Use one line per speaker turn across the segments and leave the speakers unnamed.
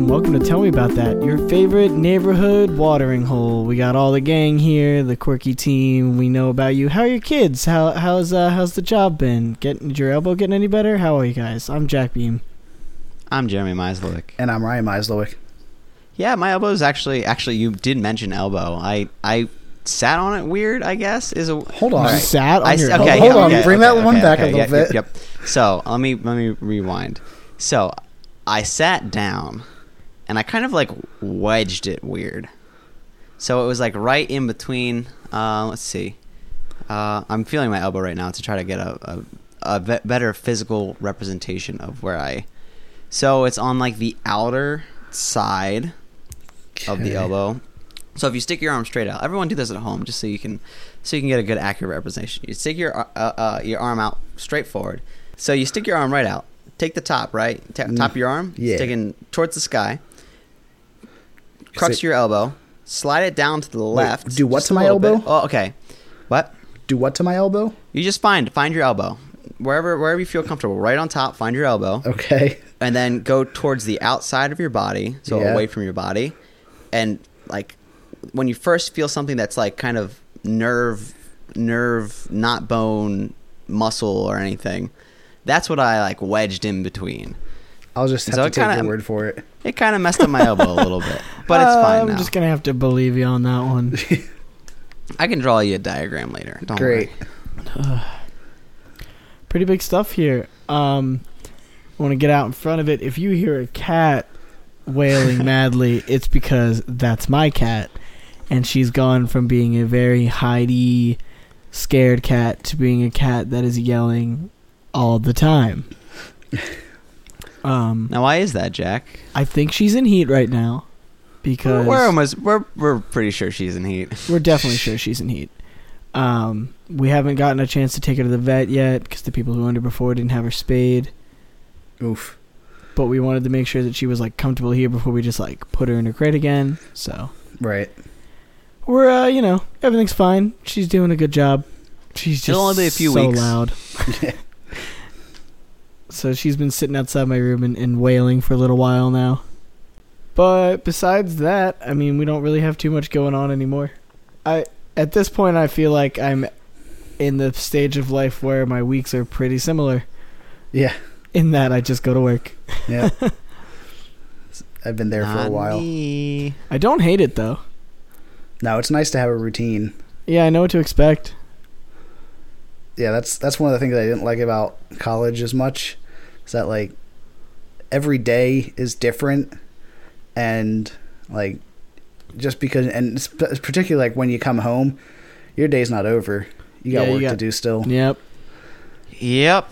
me about that. Your favorite neighborhood watering hole. We got all the gang here, the quirky team. We know about you. How are your kids? How how's uh, how's the job been? Getting is your elbow getting any better? How are you guys? I'm Jack Beam.
I'm Jeremy Mislowick.
And I'm Ryan Mislowick.
Yeah, my elbow is actually actually you did mention elbow. I I sat on it weird. I guess is a
Hold on.
You
Right.
sat on
I,
your
okay,
elbow.
yeah,
Hold on,
okay,
bring
okay,
that one
okay,
back a
okay,
little
yeah,
bit.
Yep, yep. So let me let me rewind. So I sat down, and I kind of like wedged it weird. So it was like right in between. Uh, let's see. Uh, I'm feeling my elbow right now to try to get a, a, a ve- better physical representation of where I. So it's on like the outer side of the
Okay.
elbow. So if you stick your arm straight out, everyone do this at home, just so you can so you can get a good accurate representation. You stick your uh, uh, your arm out straight forward. So you stick your arm right out. Take the top right, ta top of your arm,
Mm. yeah.
sticking towards the sky. Crux
it-
your elbow, slide it down to the left.
do what
just a
to my
little bit.
elbow?
Oh, okay. What?
Do what to my elbow?
You just find find your elbow wherever wherever you feel comfortable. Right on top, find your elbow
Okay.
and then go towards the outside of your body, so
Yeah.
away from your body, and like when you first feel something that's like kind of nerve, nerve, not bone, muscle or anything, that's what I like wedged in between.
I'll just have
So
to
it
take
kinda-
your word for it.
It kind of messed up my elbow a little bit, but it's fine
Um,
I'm
now.
just gonna have to believe you on that one.
I can draw you a diagram later. Don't
Great.
worry.
pretty big stuff here. Um, I want to get out in front of it. If you hear a cat wailing madly, it's because that's my cat, and she's gone from being a very hidey, scared cat to being a cat that is yelling all the time. Um,
Now, why is that, Jack?
I think she's in heat right now
We're,
because
we're almost we're we're pretty sure she's in heat.
we're definitely sure she's in heat. Um, we haven't gotten a chance to take her to the vet yet because the people who owned her before didn't have her spayed.
Oof.
but we wanted to make sure that she was like comfortable here before we just like put her in her crate again. So
Right.
we're uh, you know everything's fine. She's doing a good job. She's just
It'll only be a few
so
weeks.
loud. so she's been sitting outside my room and, and wailing for a little while now. But besides that, I mean, we don't really have too much going on anymore. I at this point, I feel like I'm in the stage of life where my weeks are pretty similar.
Yeah.
In that, I just go to work.
Yeah. I've been there for a
Not
while.
me.
I don't hate it though.
No, it's nice to have a routine.
Yeah, I know what to expect.
Yeah, that's that's one of the things I didn't like about college as much. Is that like every day is different and like just because and it's p- particularly like when you come home, your day's not over. You got
Yeah, you
work to
got-
do still.
Yep.
Yep.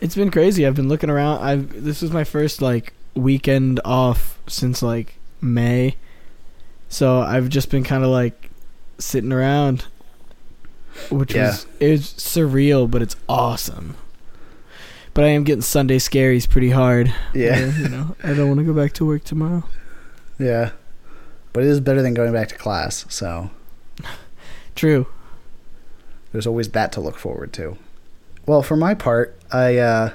It's been crazy. I've been looking around. I've this was my first like weekend off since like May. So I've just been kind of like sitting around which
Yeah.
was it was surreal, but it's awesome. But I am getting Sunday scaries pretty hard.
Yeah.
where, you know, I don't want to go back to work tomorrow.
Yeah. But it is better than going back to class, so
True.
there's always that to look forward to. Well, for my part, I uh,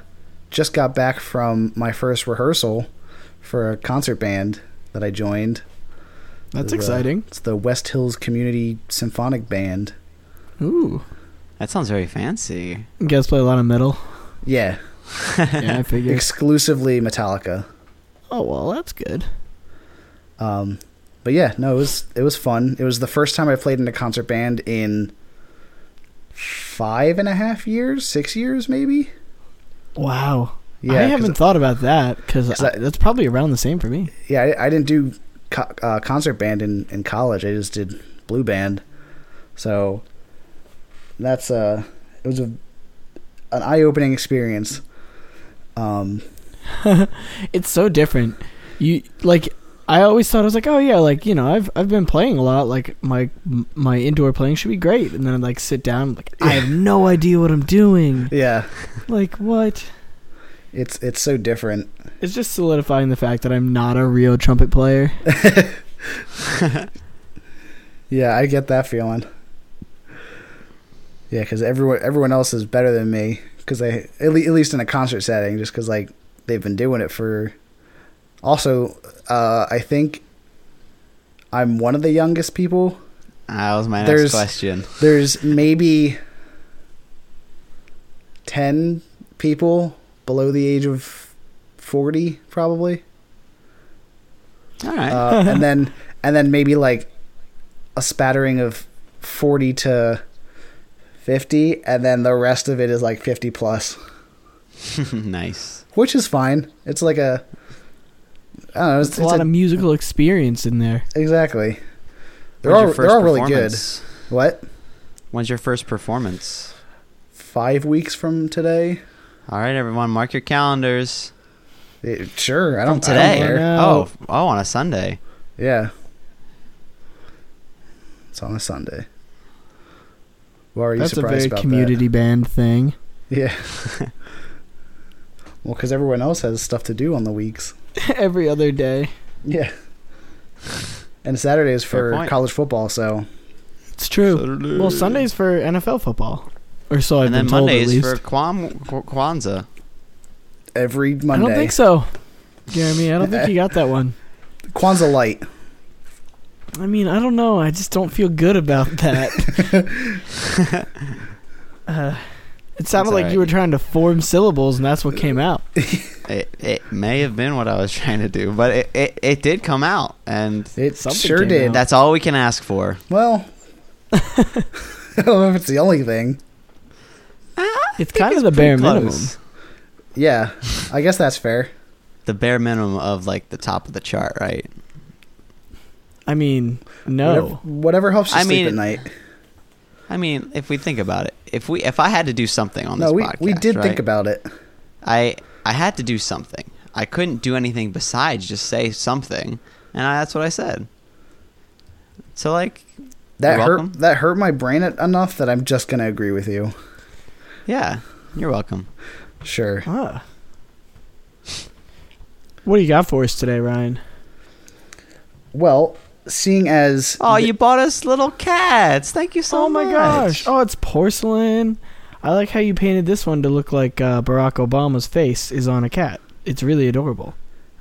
just got back from my first rehearsal for a concert band that I joined.
That's
The-
exciting.
It's the West Hills Community Symphonic Band.
Ooh.
That sounds very fancy.
You guys play a lot of metal.
Yeah,
yeah, I figure.
exclusively Metallica.
Oh well, that's good.
Um, but yeah, no, it was it was fun. It was the first time I played in a concert band in five and a half years, six years maybe.
Wow.
Yeah,
I
'cause
haven't thought about that because
'Cause I-
that's probably around the same for me.
yeah, I, I didn't do co- uh, concert band in, in college. I just did blue band. So that's uh it was a an eye opening experience. Um,
It's so different. You like, I always thought I was like, oh yeah, like you know, I've I've been playing a lot. Like my m- my indoor playing should be great, and then I like sit down, like I have no idea what I'm doing.
yeah,
Like what?
it's it's so different.
It's just solidifying the fact that I'm not a real trumpet player.
Yeah, I get that feeling. Yeah, because everyone everyone else is better than me because they at, le- at least in a concert setting just because like they've been doing it for Also, uh, I think I'm one of the youngest people.
That was my next
There's-
question.
There's maybe 10 people below the age of 40 probably.
All right.
Uh, and then and then maybe like a spattering of 40 to 50 and then the rest of it is like 50 plus,
nice.
which is fine. It's like a I don't know, it's,
It's a lot of musical experience in there.
exactly. They're
When's
all
your
they're
first
all really good.
performance?
What?
When's your first performance?
5 weeks from today?
All right, everyone, mark your calendars.
Eh, sure, I don't I don't
Today.
care.
Oh, oh, on a Sunday.
Yeah. It's on a Sunday. Why are you
That's a
surprised
very
about
community band thing.
that? Yeah. well, because everyone else has stuff to do on the weeks.
Every other day.
Yeah. And Saturdays
Fair
for
point.
college football, so
It's true. Well, Sundays for NFL football, or so I've
and
been
then
told at
Mondays
least.
for Kwam, Kw- Kwanzaa.
every
I
Monday.
don't think so, Jeremy. I don't think you got that one.
Kwanzaa light.
I mean, I don't know. I just don't feel good about that. uh, it sounded
That's
like
all
you were
right.
trying to form syllables, and that's what came out.
It, it may have been what I was trying to do, but it, it, it did come out, and
It
Something
sure
came
did.
out.
that's all we can ask for.
Well, I don't know if it's the only thing.
It's kind of the bare
Pretty
minimum.
close.
Yeah, I guess that's fair.
The bare minimum of like the top of the chart, right?
I mean, no.
Whatever, whatever helps you
I
sleep
mean,
at night.
I mean, if we think about it, if we if I had to do something on
No,
this
we,
podcast,
we did
right?
think about it.
I I had to do something. I couldn't do anything besides just say something, and I, that's what I said. So like,
That
You're
hurt.
welcome.
That hurt my brain en- enough that I'm just gonna agree with you.
yeah, you're welcome.
Sure.
Ah. What do you got for us today, Ryan?
Well, seeing as
Oh,
th-
you bought us little cats. Thank you so
oh my
much.
gosh! Oh, it's porcelain. I like how you painted this one to look like uh, Barack Obama's face is on a cat. It's really adorable.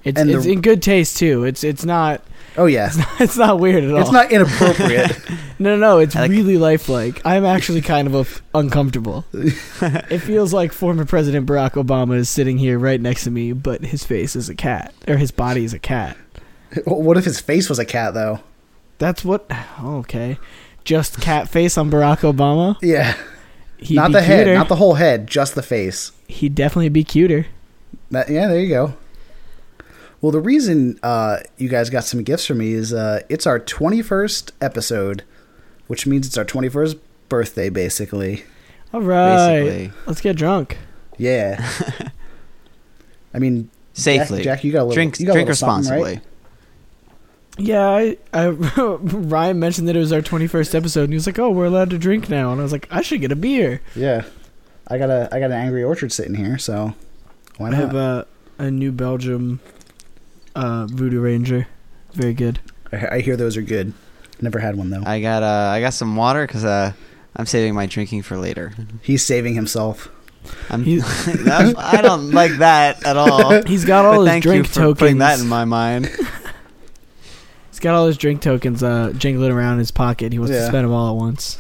It's,
And the-
it's in good taste too. It's it's not
oh yeah,
it's not weird at all.
it's not inappropriate.
No, no, no. It's
I like-
really lifelike. I'm actually kind of a, uncomfortable. it feels like former President Barack Obama is sitting here right next to me, but his face is a cat, or his body is a cat.
what if his face was a cat though?
That's what. Okay, just cat face on Barack Obama.
Yeah,
He'd
not
be
the
cuter.
head, not the whole head, just the face.
He'd definitely be cuter.
That, yeah, there you go. Well, the reason uh, you guys got some gifts for me is uh, it's our 21st episode, which means it's our 21st birthday, basically.
All right,
Basically,
let's get drunk.
Yeah. I mean, Jack,
safely.
Jack, you got a little
drink
you got a
drink
little something, right?
responsibly.
Yeah, I, I Ryan mentioned that it was our 21st episode, and he was like, "Oh, we're allowed to drink now," and I was like, "I should get a beer."
Yeah, I got a I got an Angry Orchard sitting here, so why
I have
not?
a, a New Belgium uh, Voodoo Ranger. Very good.
I I hear those are good. Never had one though.
I got uh, I got some water because uh, I'm saving my drinking for later.
He's saving himself.
I'm,
He's-
I'm- I don't like that at all.
He's got all
But
his
thank you
drink
for putting
tokens.
that in my mind.
He's got all his drink tokens uh, jingling around in his pocket. He wants to
Yeah.
spend them all at once.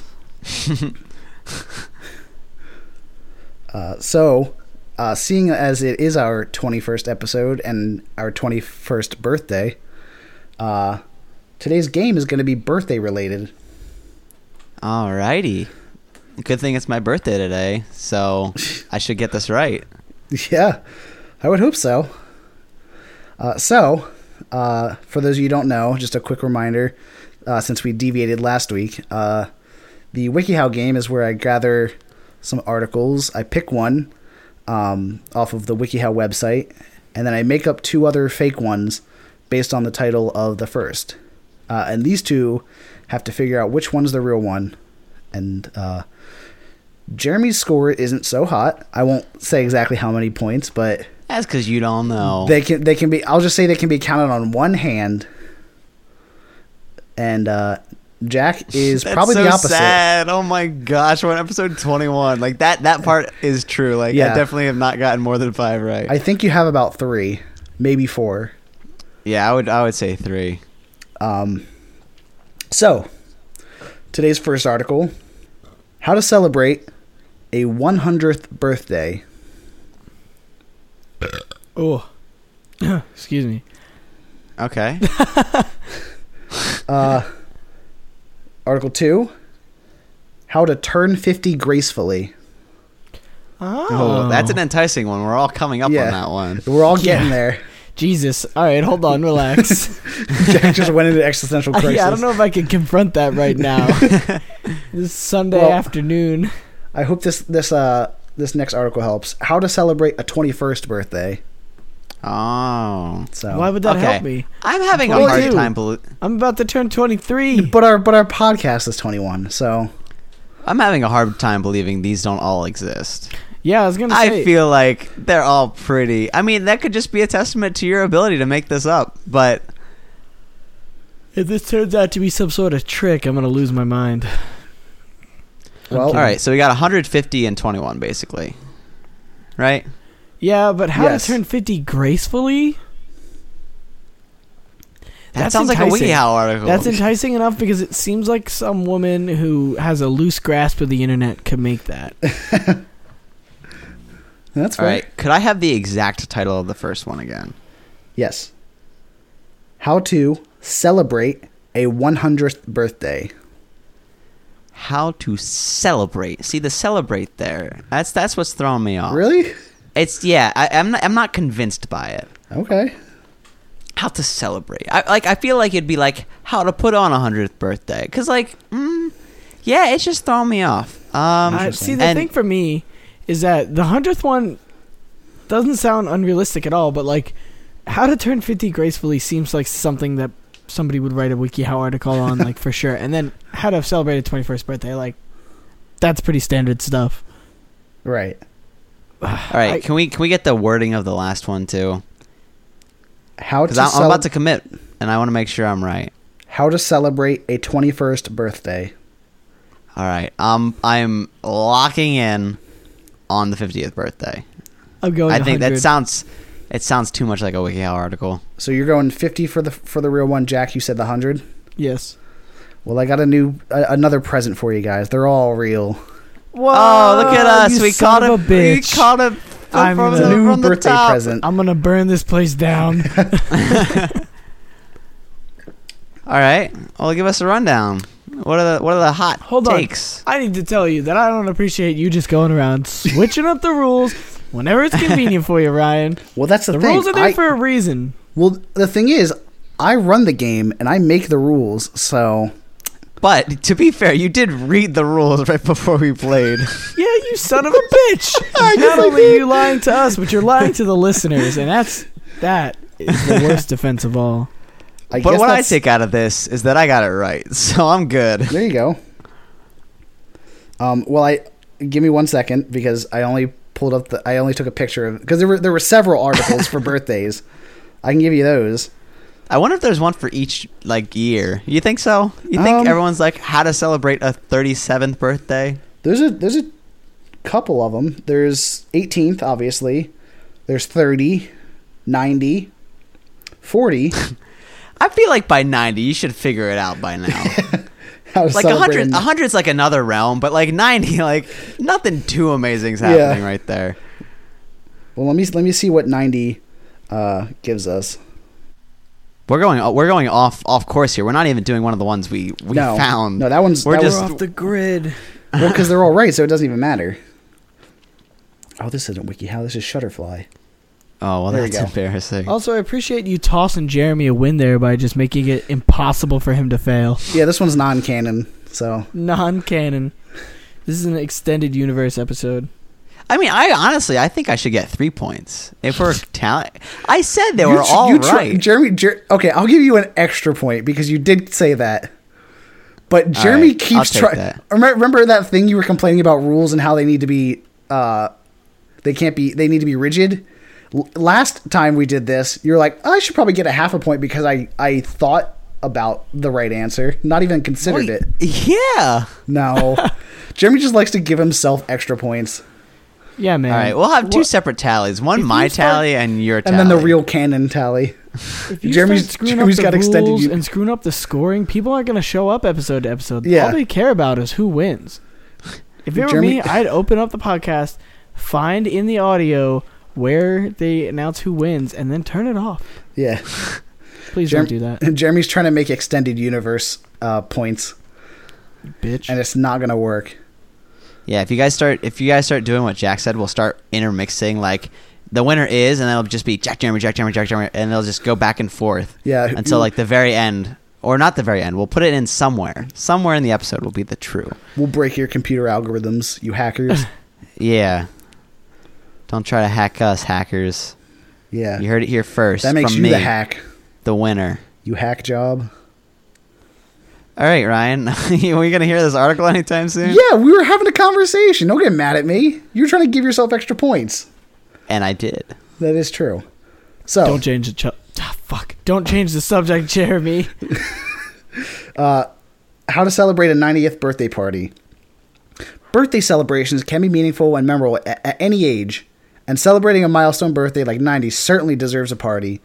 Uh, so, uh, seeing as it is our 21st episode and our 21st birthday, uh, today's game is going to be birthday related.
Alrighty. Good thing it's my birthday today, so I should get this right.
Yeah, I would hope so. Uh, so, uh, for those of you who don't know, just a quick reminder uh, since we deviated last week, uh, the WikiHow game is where I gather some articles. I pick one um, off of the WikiHow website, and then I make up two other fake ones based on the title of the first. Uh, and these two have to figure out which one's the real one. And uh, Jeremy's score isn't so hot. I won't say exactly how many points, but
That's because you don't know.
they can they can be. I'll just say they can be counted on one hand. And uh, Jack is
That's
probably
so
the opposite.
sad. Oh my gosh, we're on episode 21. Like that that part is true. Like I
Yeah.
definitely have not gotten more than 5 right.
I think you have about three, maybe four.
Yeah, I would I would say three.
Um, so, today's first article How to celebrate a 100th birthday.
Oh, excuse me.
Okay.
Uh, article 2 How to turn 50 gracefully.
Oh,
Oh, that's an enticing one. We're all coming up
Yeah.
on that one.
We're all
Yeah.
getting there.
Jesus. All right, hold on, relax.
Jack just went into existential crisis.
yeah, I don't know if I can confront that right now. this Sunday
Well-
afternoon.
I hope this this uh this next article helps. How to celebrate a 21st birthday.
Oh,
So
Why would that
Okay.
help me?
I'm having a
Well,
hard
dude.
time. Bel-
I'm about to turn 23.
but our but our podcast is 21. So
I'm having a hard time believing these don't all exist.
Yeah, I was gonna say.
I feel like they're all pretty. I mean, that could just be a testament to your ability to make this up. But
if this turns out to be some sort of trick, I'm gonna lose my mind.
Well-
all right, so we got 150 and 21 basically, right?
Yeah, but how
Yes.
to turn 50 gracefully?
That
That's
sounds like a
enticing.
WeHow article.
That's enticing enough because it seems like some woman who has a loose grasp of the internet could make that.
that's
all
fair.
right. Could I have the exact title of the first one again?
Yes. How to celebrate a 100th birthday.
How to celebrate? See the celebrate there. That's that's what's throwing me off.
Really?
It's yeah. I, I'm not, I'm not convinced by it.
Okay.
how to celebrate. I like I feel like it'd be like how to put on a hundredth birthday because like mm, yeah, it's just throwing me off. Um,
I, see, the
and-
thing for me is that the hundredth one doesn't sound unrealistic at all. But like, how to turn 50 gracefully seems like something that somebody would write a WikiHow article on, like for sure. And then how to celebrate a 21st birthday, like that's pretty standard stuff.
Right.
all right, can we can we get the wording of the last one too?
How to
Because I'm, I'm
cele-
about to commit, and I want to make sure I'm right.
how to celebrate a 21st birthday.
All right, um, I'm locking in on the fiftieth birthday.
I'm going.
I think
100.
that sounds it sounds too much like a WikiHow article.
So you're going 50 for the for the real one, Jack. You said the 100.
yes.
Well, I got a new a, another present for you guys. They're all real.
Whoa!
oh, look at us!
you
We
son
caught
of
it.
a bitch.
We caught it
I'm
from, from
the
the,
new
from the
birthday
top.
present.
I'm gonna burn this place down.
All right. Well, give us a rundown. What are the what are the hot
Hold on.
takes?
I need to tell you that I don't appreciate you just going around switching up the rules whenever it's convenient for you, Ryan.
Well, that's the,
The
thing.
rules are there
I-
for a reason.
Well, the thing is, I run the game and I make the rules, so
But to be fair, you did read the rules right before we played.
Yeah, you son of a bitch! Not only are you lying to us, but you're lying to the listeners, and that's that is the worst defense of all.
I
but
guess
what I
that's,
take out of this is that I got it right, so I'm good.
There you go. Um, well, I give me one second because I only pulled up the. I only took a picture of because there were there were several articles for birthdays. I can give you those.
I wonder if there's one for each like year. You think so? You think
Um,
everyone's like how to celebrate a 37th birthday?
There's a there's a couple of them. There's 18th, obviously. There's 30, 90, 40.
I feel like by 90 you should figure it out by now.
How to
like
celebrate
100
in-
100's like another realm, but like 90 like nothing too amazing's happening right there.
Well, let me let me see what 90 uh, gives us.
We're going. uh, We're going off off course here. We're not even doing one of the ones we we
no,
found.
no, that one's
We're
that
just-
We're off the grid.
Well, because they're all right, so it doesn't even matter. Oh, this isn't WikiHow. This is Shutterfly.
oh well,
There you
that's
go.
embarrassing.
Also, I appreciate you tossing Jeremy a win there by just making it impossible for him to fail.
Yeah, this one's non-canon. So
Non-canon. This is an extended universe episode.
I mean, I honestly, I think I should get three points if we're talent. I said they were
tr-
all
tr-
right.
Jeremy. Jer- okay, I'll give you an extra point because you did say that. But Jeremy
right, I'll
keeps
take
trying.
that.
Remember that thing you were complaining about rules and how they need to be, uh, they can't be, they need to be rigid. L- last time we did this, you're like, "Oh, I should probably get a half a point because I I thought about the right answer, not even considered
Wait,
it.
yeah.
No. Jeremy just likes to give himself extra points.
Yeah, man.
All right, we'll have two separate tallies: one
If
my
you start-
tally and your tally.
And then the real canon tally.
If you
Jeremy's-
start screwing
Jeremy's
up the
got extended
rules
you-
and screwing up the scoring, people aren't going to show up episode to episode.
Yeah.
All they care about is who wins. If it were
Jeremy-
me, I'd open up the podcast, find in the audio where they announce who wins, and then turn it off.
Yeah.
Please
Jerem-
don't do that,
Jeremy's trying to make extended universe uh, points,
bitch.
and it's not gonna work.
Yeah, if you guys start if you guys start doing what Jack said, we'll start intermixing like the winner is and it'll just be Jack Jeremy, Jack Jeremy, Jack Jeremy and it'll just go back and forth
Yeah.
until like the very end. Or not the very end. We'll put it in somewhere. Somewhere in the episode will be the true.
we'll break your computer algorithms, you hackers.
Yeah. Don't try to hack us, hackers.
Yeah.
You heard it here first.
that makes
from
you
me,
the hack.
the winner.
You hack job.
All right, Ryan. Are we gonna hear this article anytime soon?
Yeah, we were having a conversation. Don't get mad at me. You're trying to give yourself extra points.
And I did.
That is true. So
Don't change the chu- ah, fuck. Don't change the subject, Jeremy.
How to celebrate a 90th birthday party. Birthday celebrations can be meaningful and memorable at, at any age, and celebrating a milestone birthday like 90 certainly deserves a party.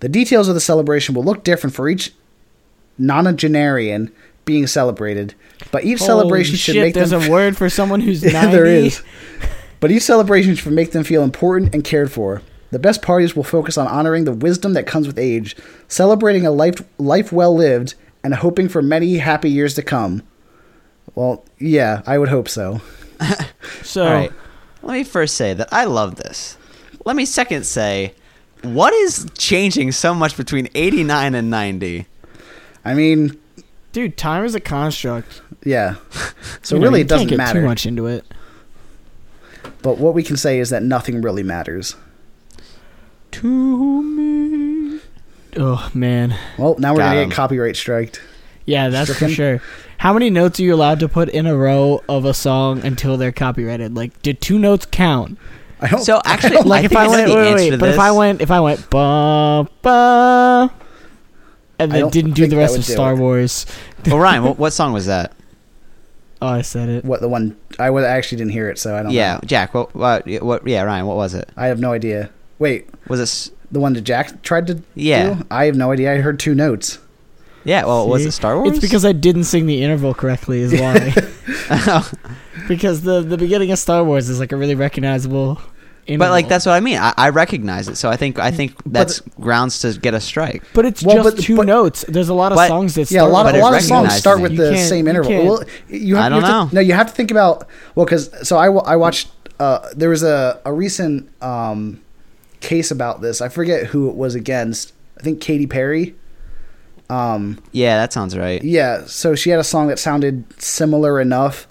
The details of the celebration will look different for each nonagenarian being celebrated, but each celebration
Holy
should
shit,
make
there's
them
a word for someone who's
Yeah,
ninety.
there is. But each celebration should make them feel important and cared for. The best parties will focus on honoring the wisdom that comes with age, celebrating a life life well lived, and hoping for many happy years to come. Well, yeah, I would hope so.
So
All right. Let me first say that I love this. Let me second say, what is changing so much between 89 and 90?
I mean,
Dude, time is a construct.
yeah. So
You know,
really,
you
it doesn't
can't get
matter.
Too much into it.
But what we can say is that nothing really matters.
To me. Oh man,
Well, now we're
Got
gonna
him.
get copyright striked.
yeah, that's
Stricken?
for sure. How many notes are you allowed to put in a row of a song until they're copyrighted? Like, did two notes count?
I don't.
So actually,
Oh. Like,
I
if
think
I
it's
went,
the
wait,
answer
wait,
to
but if
this.
I went, if I went, ba ba, and
I
then
don't
didn't do
think
the
that
rest
would
of
do
Star
it.
Wars.
well, Oh, Ryan, what, what song was that?
Oh, I said it.
what the one? I wa- actually didn't hear it, so I don't.
Yeah,
know.
Jack. What, what? What? Yeah, Ryan. What was it?
I have no idea. Wait,
Was it? s-
the one that Jack tried to
Yeah.
do? I have no idea. I heard two notes.
Yeah. Well, was
See?
it Star Wars?
It's because I didn't sing the interval correctly, is why. because the the beginning of Star Wars is like a really recognizable. Interval.
But like that's what I mean. I, I recognize it, so I think I think that's grounds to get a strike.
But it's
Well,
just
but-
two
but-
notes. There's a lot of
But-
songs that
Yeah, a
start
lot,
with
But
a
it
lot of songs
recognizes
start with
it.
You
the
can't-
same
you
interval.
can't-
Well, you have,
I don't
you have
know.
To, no, you have to think about well, because so I, wa- I watched uh, there was a a recent um, case about this. I forget who it was against. I think Katy Perry. Um,
Yeah, that sounds right.
yeah, so she had a song that sounded similar enough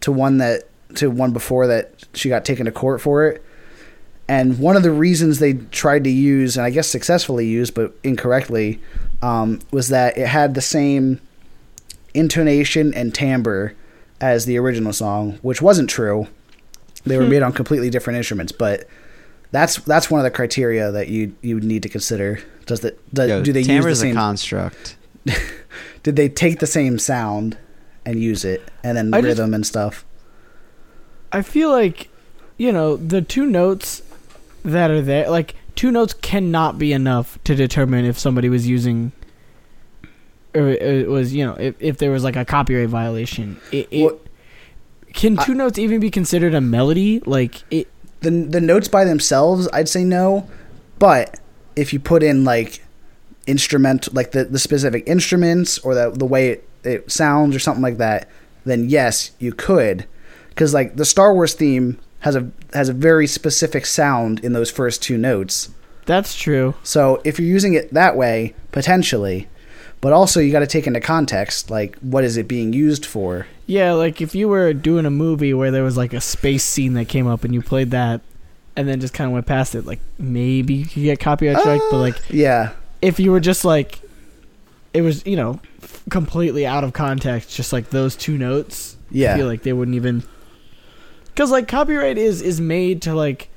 to one that to one before that she got taken to court for it. And one of the reasons they tried to use, and I guess successfully used, but incorrectly, um, was that it had the same intonation and timbre as the original song, which wasn't true. They
Hmm.
were made on completely different instruments, but that's that's one of the criteria that you you would need to consider. Does that do,
Yo,
do they use the
timbre's
same
a construct.
did they take the same sound and use it and then
I just-
rhythm and stuff
I feel like, you know, the two notes that are there, like two notes cannot be enough to determine if somebody was using or it was, you know, if, if there was like a copyright violation. It, it-
Well,
can
I-
two notes even be considered a melody? Like it
the the notes by themselves i'd say no but if you put in like instrument like the, the specific instruments or the, the way it, it sounds or something like that then yes you could because like the star wars theme has a has a very specific sound in those first two notes
that's true.
So if you're using it that way, potentially, but also you got to take into context like what is it being used for?
Yeah, like if you were doing a movie where there was like a space scene that came up and you played that and then just kind of went past it, like maybe you could get copyright strike, but
Uh.
like
Yeah,
if you were just like it was you know f- completely out of context just like those two notes i feel
yeah,
like they wouldn't even because like copyright is is made to like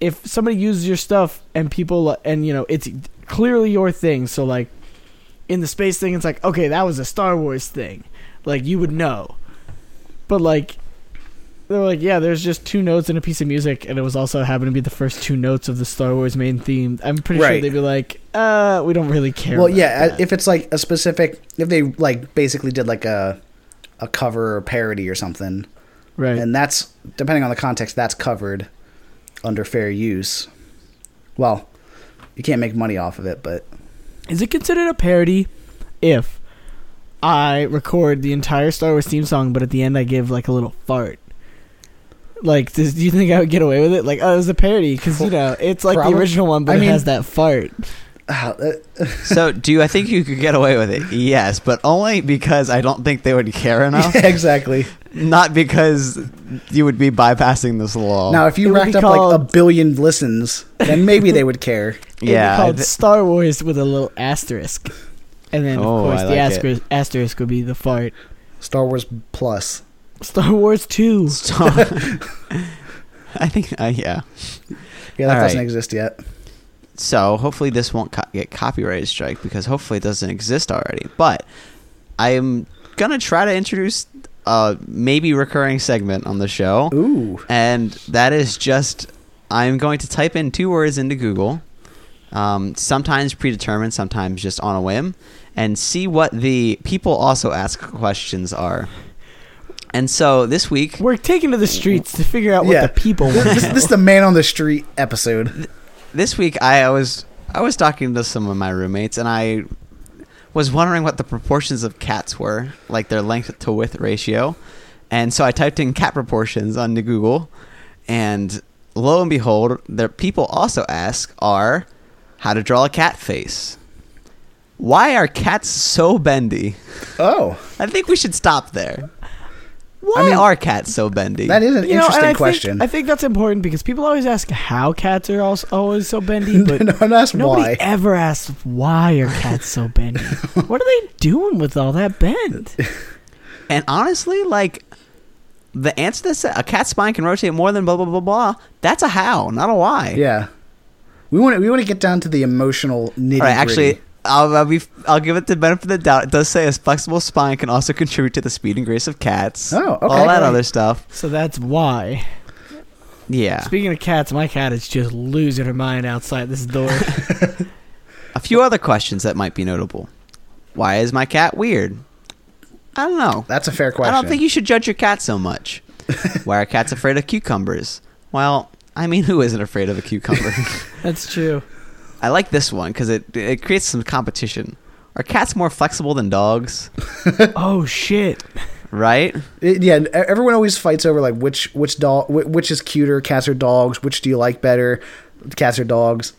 if somebody uses your stuff and people li- and you know it's clearly your thing so like in the space thing it's like okay that was a star wars thing like you would know but like They were like, yeah, there's just two notes and a piece of music, and it was also happened to be the first two notes of the Star Wars main theme. I'm pretty sure
Right.
they'd be like, uh, we don't really care.
Well,
about
yeah,
that.
if it's like a specific, if they like basically did like a a cover or parody or something,
right.
and that's depending on the context, that's covered under fair use. Well, you can't make money off of it, but
Is it considered a parody if I record the entire Star Wars theme song, but at the end I give like a little fart? Like, does, do you think I would get away with it? Like, oh, it's a parody because you know it's like
Probab-
the original one, but
I
it
mean-
has that fart.
uh, uh,
So, do you- I think you could get away with it? Yes, but only because I don't think they would care enough.
yeah, exactly.
Not because you would be bypassing this law.
Now, if
It
you
would
racked
be
up like a
called-
billion listens, then maybe they would care.
It'd be
yeah, I
called
thi-
Star Wars with a little asterisk, and then of
Oh,
course
I
the
like it.
asterisk, asterisk would be the fart.
Star Wars Plus.
Star Wars Two.
Star- I think, uh, yeah. All
Yeah, that
right.
doesn't exist yet.
So hopefully this won't co- get copyright strike because hopefully it doesn't exist already. But I am gonna try to introduce a maybe recurring segment on the show,
Ooh,
and that is just I'm going to type in two words into Google, um, sometimes predetermined, sometimes just on a whim, and see what the people also ask questions are. And so this week,
We're taking to the streets to figure out what
Yeah.
the people want.
this,
to
this is
know.
the man on the street episode.
this week I was I was talking to some of my roommates and I was wondering what the proportions of cats were, like their length to width ratio. And so I typed in cat proportions onto Google and lo and behold, the people also ask are how to draw a cat face. Why are cats so bendy?
Oh,
I think we should stop there. Why
mean,
are cats so bendy?
that is an
You know, and
interesting
I think-
question.
I think that's important because people always ask how cats are also always so bendy, but
no one asked
Nobody
why.
ever asks why are cats so bendy. what are they doing with all that bend?
And honestly, like the answer to this, a cat's spine can rotate more than blah blah blah blah. That's a how, not a why.
Yeah, we want to, we want to get down to the emotional nitty
All right. Actually, I'll, I'll be. I'll give it the benefit of the doubt. It does say a flexible spine can also contribute to the speed and grace of cats.
Oh, okay,
All that
great.
other stuff.
So that's why.
Yeah.
Speaking of cats, my cat is just losing her mind outside this door.
A few other questions that might be notable. Why is my cat weird? I don't know.
that's a fair question.
I don't think you should judge your cat so much. Why are cats afraid of cucumbers? Well, I mean, who isn't afraid of a cucumber?
that's true.
I like this one because it it creates some competition. Are cats more flexible than dogs?
Oh shit.
Right?
It- yeah, e- everyone always fights over like which which dog whi- which is cuter, cats or dogs. Which do you like better, cats or dogs?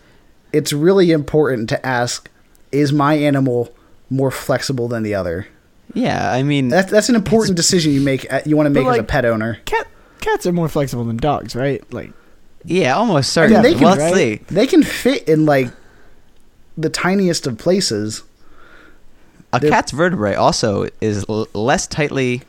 It's really important to ask: Is my animal more flexible than the other?
Yeah. I mean,
That's that's an important decision you make. uh, You want to make as a
like-
pet owner.
Cat cats are more flexible than dogs, right? Like
yeah, almost
I
certain.
mean, they can
well, let's see.
they can fit in like the tiniest of places.
A
They're-
cat's vertebrae also is l- less tightly.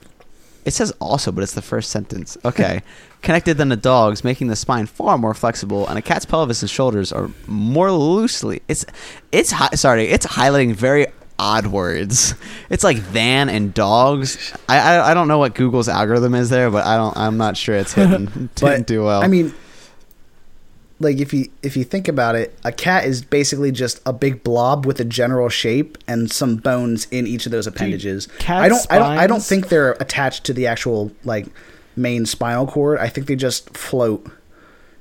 It says also, but it's the first sentence. Okay. Connected than a dog's, making the spine far more flexible, and a cat's pelvis and shoulders are more loosely. It's, it's hi- sorry, it's highlighting very odd words. It's like than and dogs. I, I I don't know what Google's algorithm is there, but I don't. I'm not sure it's hitting, didn't
But
do well.
I mean, like if you if you think about it, a cat is basically just a big blob with a general shape and some bones in each of those appendages.
cat
I don't I don't I don't
spines-
think they're attached to the actual like main spinal cord. I think they just float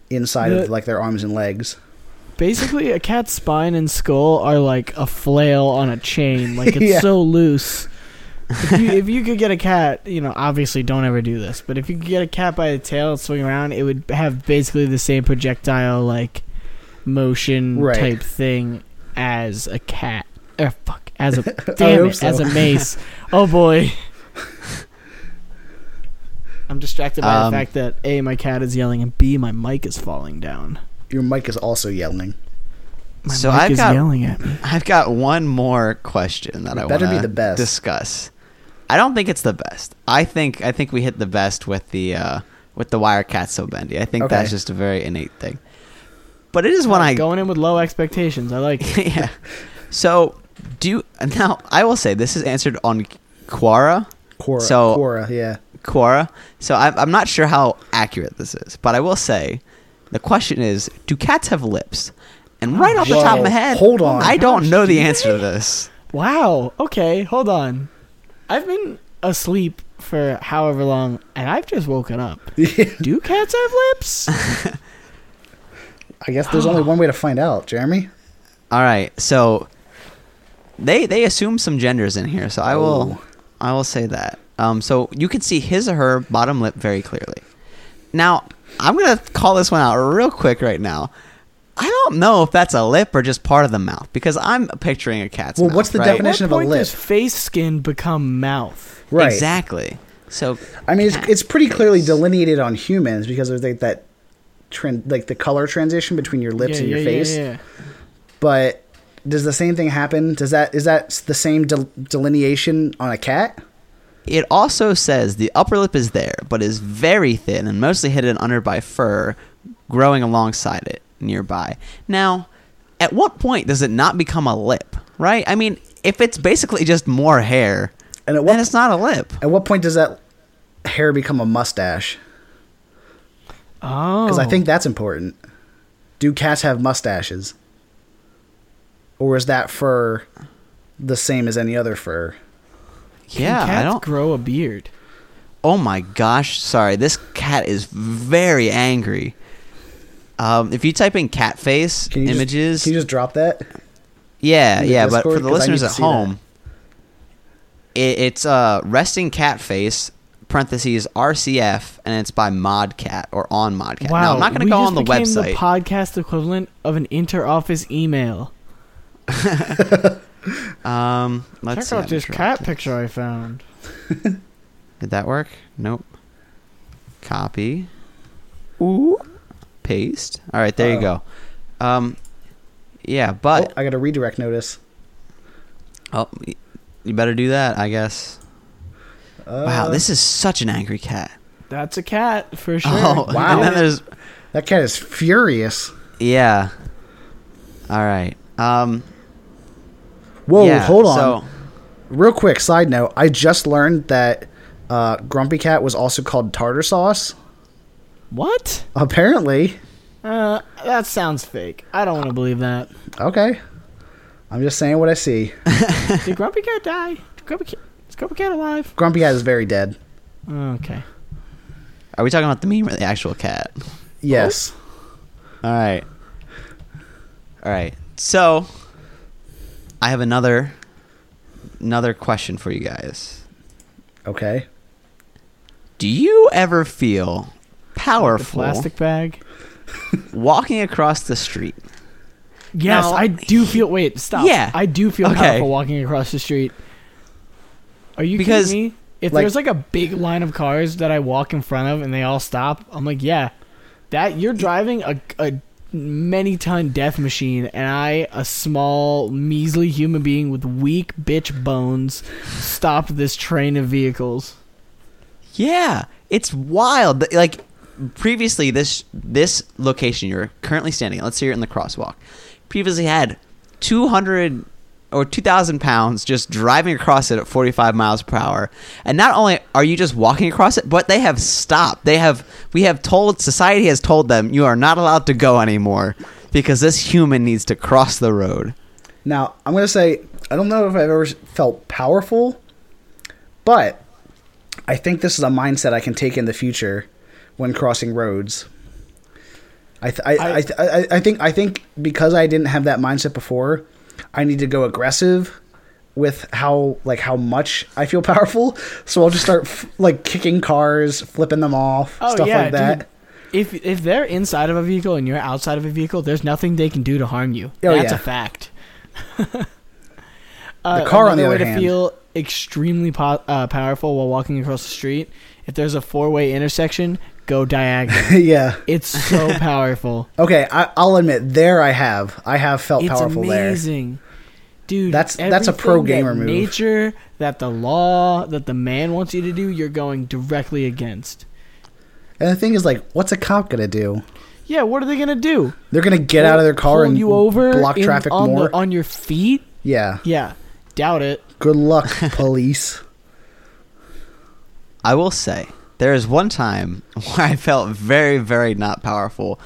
inside of
The-
like their arms and legs.
basically a cat's spine and skull are like a flail on a chain. Like it's
Yeah.
so loose. If you, if you could get a cat, you know, obviously don't ever do this, but if you could get a cat by the tail and swing around, it would have basically the same projectile like motion
Right.
type thing as a cat. Or fuck, as a damn
hope
it, as
so.
a mace. Oh boy. I'm distracted by
Um,
the fact that A, my cat is yelling, and B, my mic is falling down.
Your mic is also yelling.
My
So
mic
I've
is
got-
yelling at me.
I've got one more question that I want
better be
to
the best.
discuss. I don't think it's the best. I think I think we hit the best with the uh, with the wire cat so bendy. I think
Okay.
that's just a very innate thing. But it is one I
going in with low expectations. I like it.
yeah. So do now I will say this is answered on Quora.
Quora,
So-
Quora, yeah.
Quora. So I, I'm not sure how accurate this is, but I will say the question is do cats have lips? And right off the top of my
Whoa,
head,
hold on.
I don't know the answer to this.
Wow. Okay. Hold on. I've been asleep for however long, and I've just woken up. Do cats have lips?
I guess there's only one way to find out, Jeremy.
All right, so they they assume some genders in here, so I will
Oh.
I will say that. Um, so you can see his or her bottom lip very clearly. Now I'm gonna call this one out real quick right now. I don't know if that's a lip or just part of the mouth because I'm picturing a cat's
Well,
mouth,
what's the
right?
At
Definition
what
of a
point
lip.
does face skin become mouth?
Right.
Exactly. So
I mean, it's,
cat
it's pretty clearly
face.
delineated on humans because of like that trend, like the color transition between your lips
yeah,
and your
yeah,
face.
Yeah, yeah.
But does the same thing happen? Does that is that the same del- delineation on a cat?
It also says the upper lip is there, but is very thin and mostly hidden under by fur growing alongside it nearby. Now, at what point does it not become a lip, right? I mean, if it's basically just more hair,
And at what
then it's not a lip.
at what point does that hair become a mustache?
Oh.
Because I think that's important. Do cats have mustaches, or is that fur the same as any other fur?
Can
Yeah,
cats
I don't.
grow a beard.
Oh my gosh, sorry. This cat is very angry. Um, if you type in cat face
Can you just-
images,
can you just drop that?
Yeah,
in the
yeah, but for
Discord?
the
'Cause I
listeners
need
at
to see that.
home, it, it's uh, resting cat face parentheses RCF and it's by Modcat or on Modcat.
Wow.
now I'm not going to
we
go
just
on the
became
website.
The podcast equivalent of an inter-office email.
um, let's see,
Check out
I'm
this
sure
cat
I'll-
picture I found.
Did that work? Nope. Copy. Ooh. Paste. All right, there you
Uh-oh.
go. Um, yeah,
Oh,
but
I got a redirect notice.
oh, y- you better do that, I guess.
Uh,
wow, this is such an angry cat.
That's a cat for sure.
Oh,
Wow.
And then there's
that cat is furious.
Yeah. All right. Um,
Whoa,
yeah,
hold on.
So,
Real quick side note: I just learned that uh, Grumpy Cat was also called Tartar Sauce.
What?
Apparently,
Uh, that sounds fake. I don't want to believe that.
okay. I'm just saying what I see.
Did Grumpy Cat die? Did Grumpy Cat, is Grumpy Cat alive?
Grumpy Cat is very dead.
Okay.
are we talking about the meme or the actual cat?
Yes.
All right. All right. So, I have another another question for you guys.
Okay.
Do you ever feel
The
powerful
plastic bag.
walking across the street?
Yes,
Now-
I do feel. Wait, stop.
Yeah.
I do feel
Okay.
powerful walking across the street. Are you
Because,
kidding me? If
like-
there's like a big line of cars that I walk in front of and they all stop, I'm like, yeah, that you're driving a, a many ton death machine, and I, a small measly human being with weak bitch bones, stopped this train of vehicles.
Yeah, it's wild. But, Like previously, this this location you're currently standing. at, Let's say you're in the crosswalk. Previously had 200 or 2,000 pounds just driving across it at 45 miles per hour. And not only are you just walking across it, but they have stopped. They have we have told society has told them you are not allowed to go anymore because this human needs to cross the road.
Now I'm gonna say I don't know if I've ever felt powerful, but I think this is a mindset I can take in the future when crossing roads. I th- I, I,
I-
th- I, I think I think because I didn't have that mindset before, I need to go aggressive with how like how much I feel powerful. So I'll just start f- like kicking cars, flipping them off,
Oh,
stuff like that.
dude. If if they're inside of a vehicle and you're outside of a vehicle, there's nothing they can do to harm you.
Oh,
That's
yeah.
a fact. uh,
The car, on the
another way
other
to
hand-
feel extremely po- uh, powerful while walking across the street. If there's a four way intersection, go diagonal.
yeah.
it's so powerful.
Okay, I, I'll admit there I have I have felt
it's
powerful there.
amazing. Dude,
That's- that's a pro
everything
gamer
that
move.
Nature that the law that the man wants you to do, you're going directly against.
And the thing is, like, what's a cop gonna do?
Yeah, what are they gonna do?
They're gonna get
Pull-
out of their car
pull
and
you over
block
in-
traffic
on the-
more.
on your feet.
yeah.
Yeah, doubt it.
Good luck, police.
I will say there is one time where I felt very, very not powerful,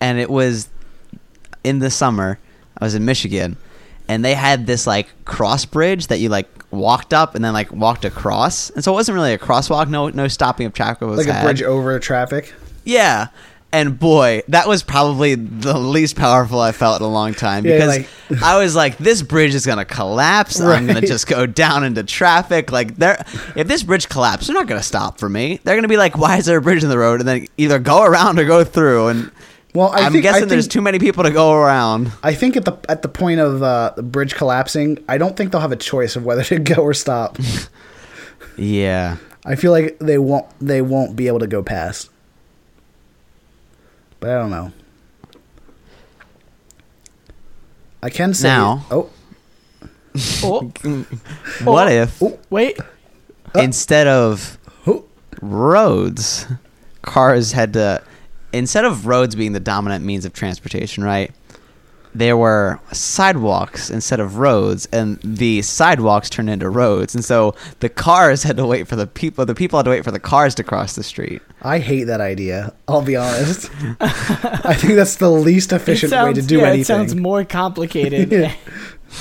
and it was in the summer. I was in Michigan, and they had this like cross bridge that you like walked up and then like walked across, and so it wasn't really a crosswalk. No, no stopping of traffic was
Like a
had.
bridge over traffic.
Yeah. And boy, that was probably the least powerful I felt in a long time
Yeah,
because
like-
I was like, this bridge is gonna collapse. I'm gonna
Right.
just go down into traffic. Like, there, if this bridge collapsed, they're not gonna stop for me. They're gonna be like, why is there a bridge in the road? And then either go around or go through. And
Well, I
am
think- I
guessing there's
think-
too many people to go around.
I think at the at the point of uh, the bridge collapsing, I don't think they'll have a choice of whether to go or stop.
Yeah,
I feel like they won't they won't be able to go past. But I don't know. I can say
Now-
Oh,
Oh,
What if
wait.
uh,
instead of
oh,
roads, cars had to instead of roads being the dominant means of transportation, right? There were sidewalks instead of roads, and the sidewalks turned into roads, and so the cars had to wait for the people. The people had to wait for the cars to cross the street.
I hate that idea. I'll be honest. I think that's the least
It
efficient way to
sounds-
do
yeah,
anything.
It sounds more complicated.
Yeah.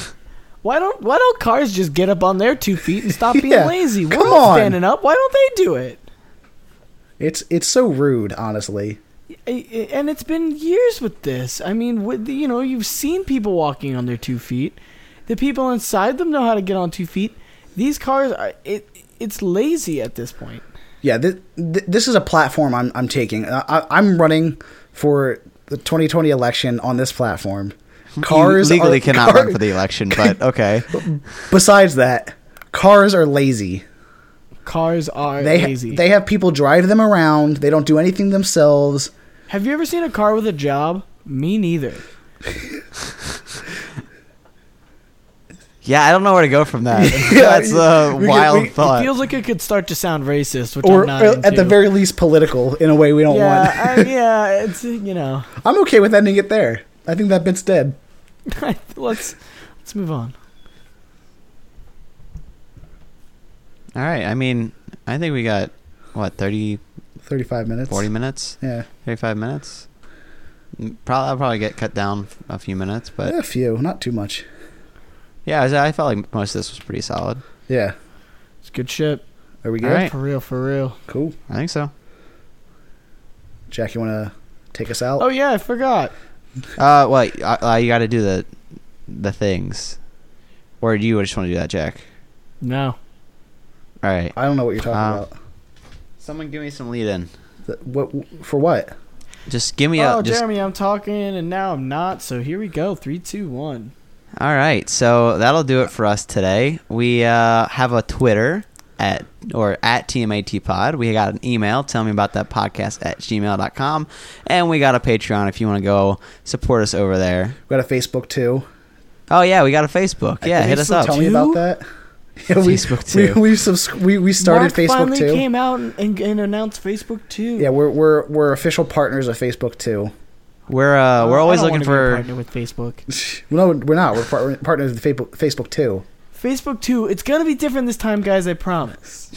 Why don't Why don't cars just get up on their two feet and stop being
Yeah,
lazy? We're
come
not
on.
standing up. Why don't they do it?
It's it's so rude, honestly.
I- I- And it's been years with this. I mean, with the, you know, you've seen people walking on their two feet. The people inside them know how to get on two feet. These cars are it. It's lazy at this point.
Yeah, th- th- this is a platform I'm I'm taking. I- I- I'm running for the 2020 election on this platform. Cars
you legally
are-
cannot
car-
run for the election, but okay.
Besides that, cars are lazy.
Cars are
They
lazy.
they have people drive them around. They don't do anything themselves.
Have you ever seen a car with a job? Me neither.
Yeah, I don't know where to go from that.
Yeah,
That's a
we- we-
wild
we- it
thought.
Feels like it could start to sound racist, which
Or,
I'm
or
not
at the
into.
very least, political in a way we don't want.
yeah, I, yeah, it's you know.
I'm okay with ending it there. I think that bit's dead.
let's let's move on.
All right, I mean, I think we got what 30,
35 minutes.
40 minutes.
Yeah.
35 minutes. Mm, Probably I'll probably get cut down f- a few minutes, but
a few, not too much.
yeah, I, was- I felt like most of this was pretty solid.
Yeah.
It's good shit.
Are we good?
All right.
For real, for real.
Cool.
I think so.
Jack, you want to take us out?
Oh yeah, I forgot.
Uh, well, y- uh, uh, you got to do the the things, or do you just want to do that, Jack?
No.
All right.
I don't know what you're talking
Uh,
about.
Someone give me some lead in.
The, what for? What?
Just give me a.
oh,
just,
Jeremy, I'm talking and now I'm not. So here we go. Three, two, one.
All right, so that'll do it for us today. We uh, have a Twitter at or at TMAT Pod. We got an email, tell me about that podcast at gmail.com. And we got a Patreon if you want to go support us over there.
We got a Facebook too.
Oh, yeah, we got a Facebook. Yeah, hit us up.
Tell me about that. Yeah, we,
Facebook
we,
too.
we, subs- we, we started
Mark
Facebook
finally
too.
came out and, and, and announced Facebook too.
Yeah, we're we're we're official partners of Facebook too.
We're uh, we're
I
always
don't wanna
looking
be a
for
partner with Facebook.
No, we're not. We're, par- we're partners with Facebook, Facebook too.
Facebook too. It's gonna be different this time, guys. I promise.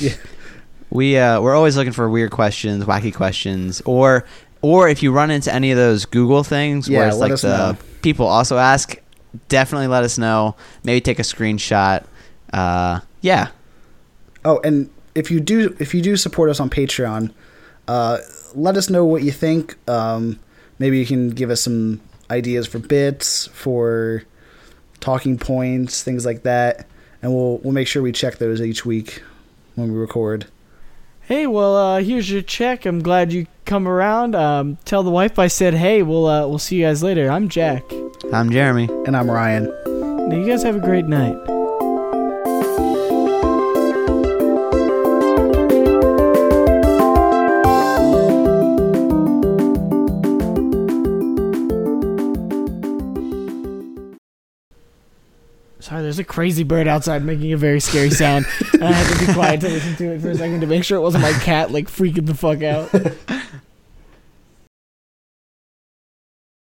we uh, we're always looking for weird questions, wacky questions, or or if you run into any of those Google things
Yeah,
where it's
let
like
us
the
know.
people also ask, definitely let us know. Maybe take a screenshot. Uh, yeah.
Oh, and if you do if you do support us on Patreon, uh, let us know what you think. Um, maybe you can give us some ideas for bits, for talking points, things like that, and we'll we'll make sure we check those each week when we record.
Hey, well, uh, here's your check. I'm glad you come around. Um, tell the wife I said hey. We'll uh, we'll see you guys later. I'm Jack.
I'm Jeremy.
And I'm Ryan.
Now you guys have a great night. Sorry, there's a crazy bird outside making a very scary sound, and I had to be quiet to listen to it for a second to make sure it wasn't my cat like freaking the fuck out.